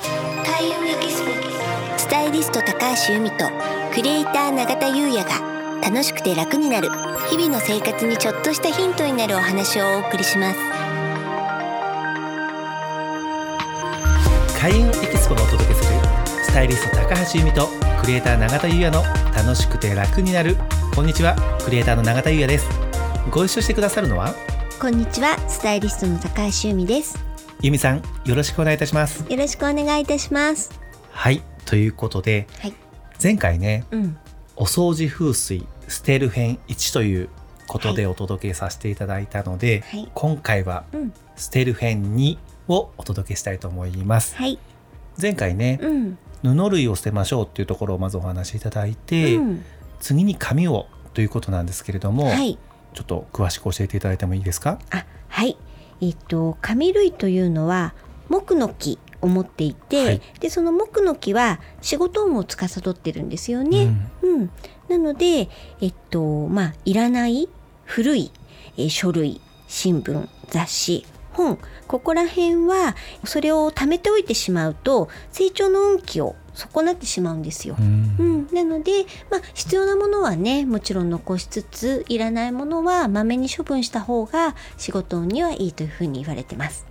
田優也キススタイリスト高橋由美とクリエイター永田優也が楽しくて楽になる日々の生活にちょっとしたヒントになるお話をお送りします開運エキスポがお届けするスタイリスト高橋由美とクリエイター永田優也の楽しくて楽になるこんにちはクリエイターの永田優也ですご一緒してくださるのはこんにちはスタイリストの高橋由美です由美さんよろしくお願いいたしますよろしくお願いいたしますはいということではい前回ねうんお掃除風水ステルフェン1ということでお届けさせていただいたので、はい今回はうんステルフェン2をお届けしたいと思いますはい前回ねうん布類を捨てましょうっていうところをまずお話しいただいて、うん次に紙をということなんですけれども、はいちょっと詳しく教えていただいてもいいですかあはいえっ、と紙類というのは木の木を持っていて、はいでその木の木は仕事運を司ってるんですよね。うんうん、なので、えっと、まあ、いらない古い、えー書類、新聞、雑誌、本、ここら辺は、それを貯めておいてしまうと、成長の運気を損なってしまうんですよう。んうん、なので、まあ、必要なものはねもちろん残しつついらないものはまめに処分した方が仕事運にはいいというふうに言われてます。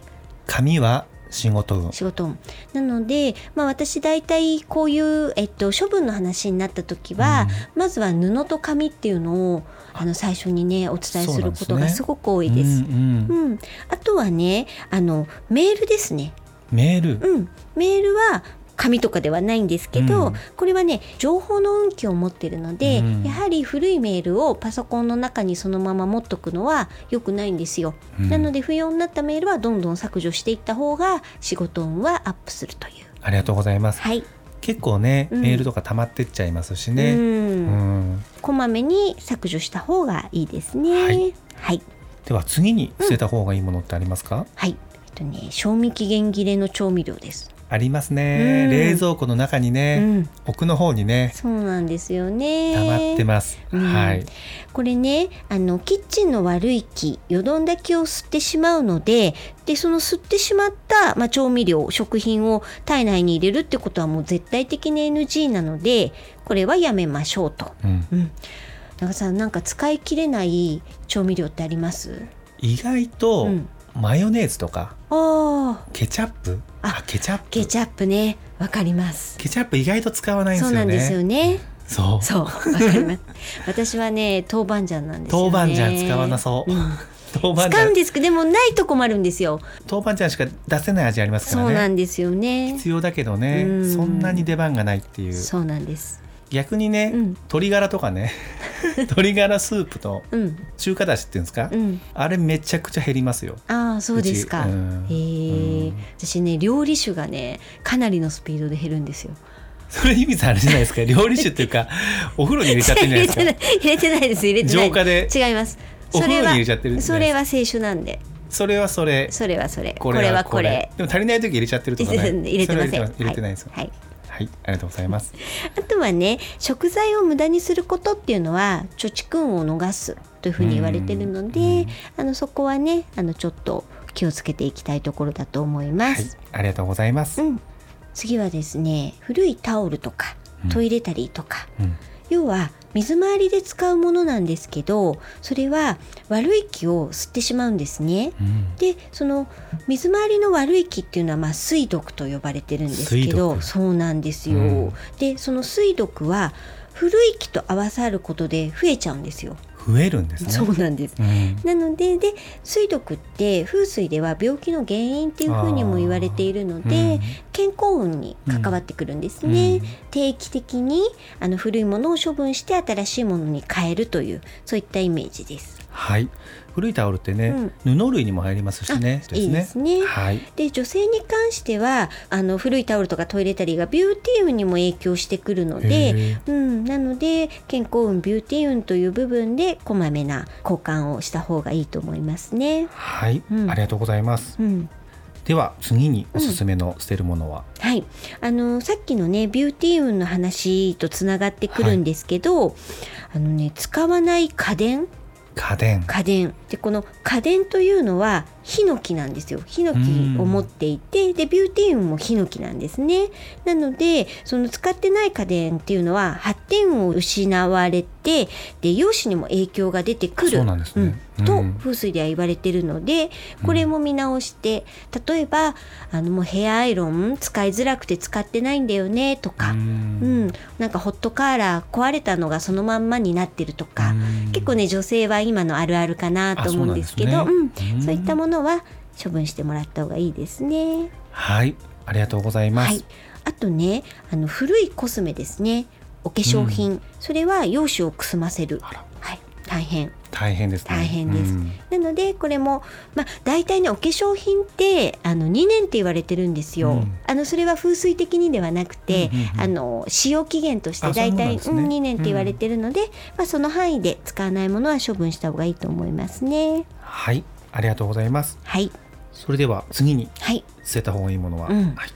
紙は仕事運仕事運なので、まあ、私大体こういう、えっと、処分の話になった時は、まずは布と紙っていうのをあの最初にねお伝えするこそうとなんがですねすごく多いです。ううんんうんあとはねあのメールですね、メール、うん、メールは紙とかではないんですけど、うんこれはね情報の運気を持ってるので、うんやはり古いメールをパソコンの中にそのまま持っとくのは良くないんですよ。うんなので不要になったメールはどんどん削除していった方が仕事運はアップするという。ありがとうございますはい。結構ね、うんメールとか溜まってっちゃいますしう。ね、うんんこまめに削除した方がいいですね。はいはい。では次に捨てた方がいいものってありますか、はい。えっとね、賞味期限切れの調味料です。ありますね、うん冷蔵庫の中にうね、ん、奥の方にねそうなんですよ溜まね。ってます、うんはいこれね、あのキッチンの悪い木、淀んだ木を吸ってしまうので、でその吸ってしまったまあ調味料、食品を体内に入れるってことはもう絶対的に NG なので、これはやめましょうと。うん、長田さん、なんか使い切れない調味料ってあります？意外と、うんマヨネーズとかああ、ケチャップああケチャップケチャップね、わかります。ケチャップ意外と使わないんでそうすよなんねですよね。そうそう、わかります。私はね、豆板醤なんですよ、ね。豆板醤使わなそう、うん豆板使うん醤ですけど、でもないと困るんですよ。豆板醤しか出せない味ありますかそうならねんですよね。必要だけどねうんそんなに出番がないっていうそうなんです。逆にね、うん鶏ガラと かね鶏ガラスープとうん、中華だしっていうんですか、うん、あれめちゃくちゃ減りますよああ、そうですか。うちへうんえうん、私ね、料理酒がね、かなりのスピードで減るんですよ。それゆみさんあれじゃない ですか料理酒っていうかお風呂に入れちゃってるじゃないです入れかてない、入れてないです。入れてない。浄化で違います。おそ風呂れには入れちゃってるじゃそないでれすかは清酒なんで、それはそれそれはそれ、ここれれははここれれ。でも足りない時入れちゃってるとかない 入れてません。それは入れてないですよはい。はいはい、ありがとうございますあとはね食材を無駄にすることっていうのは貯蓄運を逃すというふうに言われてるのうんであのそこはねあのちょっと気をつけていきたいところだと思いまはいす。、ありがとうございます、うん、次はですね古いタオルとかトイレタリーとか、うん要は水回りで使うものなんですけどそれは悪い気を吸ってしまうんですね。うんでその水回りの悪い気っていうのは、まあ、水毒と呼ばれてるんですけ水毒どそうなんですよ、うんでその水毒は古い気と合わさることで増えちゃうんですよ、増えるんですねそうなんですうんなのでで水毒って風水では病気の原因っていうふうにも言われているので、健康運に関わってくるんですうんね、うん定期的にあの古いものを処分して新しいものに変えるというそういったイメージですはい古いタオルってね、布類にも入りますしねいいですねはいで女性に関してはあの古いタオルとかトイレタリーがビューティー運にも影響してくるので、へーうん、なので健康運ビューティー運という部分でこまめな交換をした方がいいと思いますね。はい、うんありがとうございますうんでは次におすすめの捨てるものは、はい、あのさっきのねビューティー運の話とつながってくるんですけど、あのね、使わない家電家電家電でこの家電というのはヒノキなんですよヒノキを持っていてでビューティーンもヒノキなんですねなのでその使ってない家電っていうのは発展を失われてで容姿にも影響が出てくるそうなんですねうんとうん風水では言われてるのでこれも見直して例えばあのもうヘアアイロン使いづらくて使ってないんだよねとか、ううんん、なんかホットカーラー壊れたのがそのまんまになってるとか、うん結構ね女性は今のあるあるかなと思うんですけどあそううなんんですねうんそういったものは処分してもらった方がいいですね。はいありがとうございます、はい、あとねあの古いコスメですねお化粧品、それは容姿をくすませる、あらはい、大変大変ですね大変ですうんなのでこれも、まあ、大体ねお化粧品ってあの2年って言われてるんですよ、うんあのそれは風水的にではなくて、うんうんうんあの使用期限としてあ大そうなん体、ですうねん、2年って言われてるので、まあ、その範囲で使わないものは処分した方がいいと思いますねはいありがとうございますはいそれでは次にはい捨てた方がいいものは、うんはい、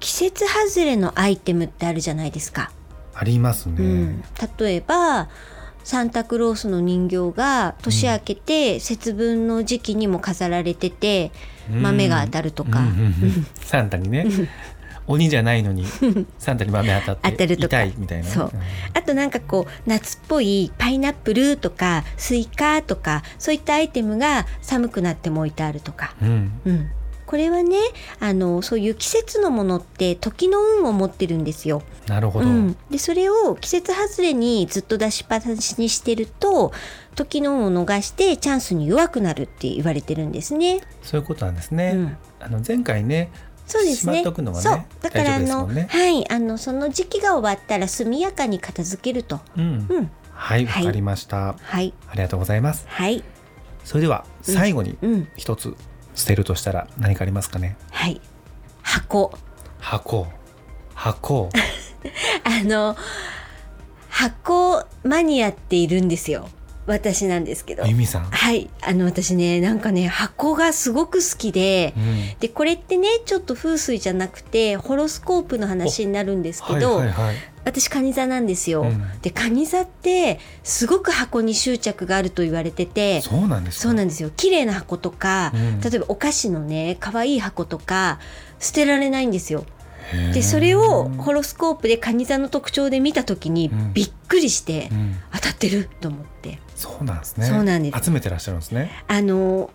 季節外れのアイテムってあるじゃないですかありますね、うん、例えばサンタクロースの人形が年明けて節分の時期にも飾られてて、豆が当たるとかうんうんうんサンタにね鬼じゃないのにサンタに豆当たっ当たてるとか痛いみたいなそうあとなんかこう夏っぽいパイナップルとかスイカとかそういったアイテムが寒くなっても置いてあるとか、うん、うんうん、これはねあのそういう季節のものって時の運を持ってるんですよ。なるほうど、ん、でそれを季節外れにずっと出しっぱなしにしてると時の運を逃してチャンスに弱くなるって言われてるんですね。そういうことなんですね、うんあの前回ねそうですね。しまっとくのはねそうだからあ大丈夫ですもの、んねはいあのその時期が終わったら速やかに片付けると。うんうんはいわはいかりました、はいありがとうございますはいそれでは最後にうん一つ捨てるとしたら何かありますかねはい箱箱 箱あの箱マニアっているんですよ私なんですけどゆみさん、はいあの私ねなんかね箱がすごく好きで、うん、でこれってねちょっと風水じゃなくてホロスコープの話になるんですけはいど、はいはい私カニ座なんですよ。うんでカニ座ってすごく箱に執着があると言われててそうなんですそうなんですよ綺麗な箱とか、うん例えばお菓子のね可愛い箱とか捨てられないんですよ。へーでそれをホロスコープでカニ座の特徴で見た時にうんびっくりして、うん当たってると思ってそうなんですねそうなんです集めてらっしゃるんですねあの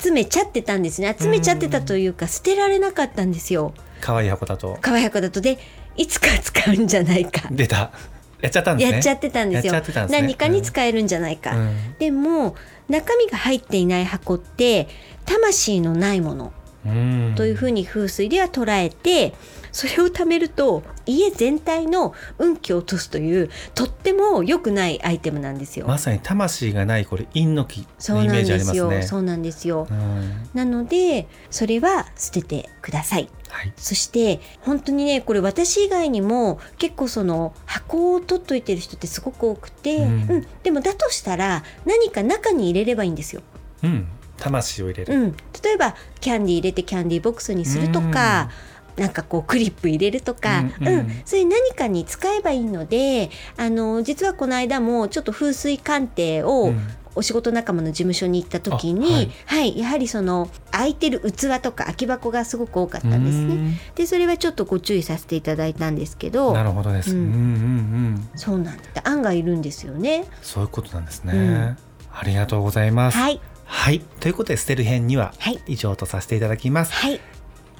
集めちゃってたんですね集めちゃってたというか、捨てられなかったんですよ。可愛い箱だと可愛い箱だとでいつか使うんじゃないか、出た やっちゃったんですねやっちゃってたんですよやっちゃってたんですね何かに使えるんじゃないか、うんでも中身が入っていない箱って魂のないものうんというふうに風水では捉えて、それを貯めると家全体の運気を落とすというとっても良くないアイテムなんですよ。まさに魂がないこれ陰の木そのうイなメーんジあでりますすよ。ねそうなんですよ。うんなのでそれは捨ててください。はいそして本当にねこれ私以外にも結構その箱を取っといてる人ってすごく多くて、ううんんでもだとしたら何か中に入れればいいんですよ。うん魂を入れうる、ん、例えばキャンディー入れてキャンディーボックスにするとか、なんかこうクリップ入れるとか、ううんんうんそういう何かに使えばいいのであの実はこの間もちょっと風水鑑定を、うんお仕事仲間の事務所に行った時に、あははいいやはりその空いてる器とか空き箱がすごく多かったんですね。でそれはちょっとご注意させていただいたんですけうんどなるほどです、う、うんんうんうんそうなんだ案外いるんですよね。そういうことなんですね、うんありがとうございますはい、はいということで捨てる編にははい以上とさせていただきます、はい。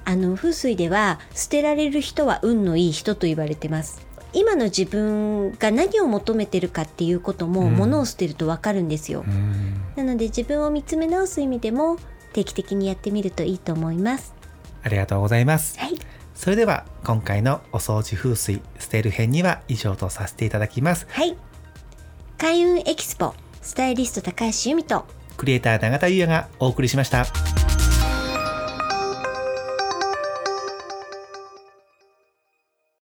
あの風水では捨てられる人は運のいい人と言われてます。今の自分が何を求めてるかっていうことも、うん物を捨てるとわかるんですよ。うんなので自分を見つめ直す意味でも定期的にやってみるといいと思います。ありがとうございますはい。それでは今回のお掃除風水捨てる編には以上とさせていただきますはい。開運エキスポスタイリスト高橋由美とクリエイター永田優也がお送りしました